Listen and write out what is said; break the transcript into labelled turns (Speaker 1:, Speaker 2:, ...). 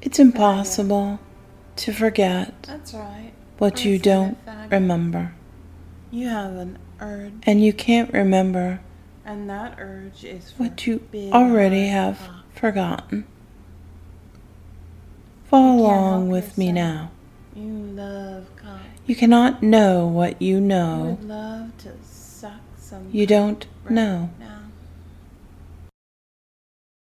Speaker 1: It's impossible to forget
Speaker 2: That's right.
Speaker 1: what you
Speaker 2: Isn't it
Speaker 1: don't
Speaker 2: fabulous?
Speaker 1: remember.
Speaker 2: You have an urge,
Speaker 1: And you can't remember
Speaker 2: and that urge is for
Speaker 1: what you
Speaker 2: big
Speaker 1: already
Speaker 2: hot
Speaker 1: have
Speaker 2: pop.
Speaker 1: forgotten. Follow
Speaker 2: You can't
Speaker 1: along
Speaker 2: help
Speaker 1: with me
Speaker 2: yourself.
Speaker 1: now.
Speaker 2: You love cock.
Speaker 1: You cannot know what you
Speaker 2: You
Speaker 1: know
Speaker 2: would love to suck some.
Speaker 1: Oh. you
Speaker 2: cock
Speaker 1: don't
Speaker 2: right
Speaker 1: know.
Speaker 2: Now.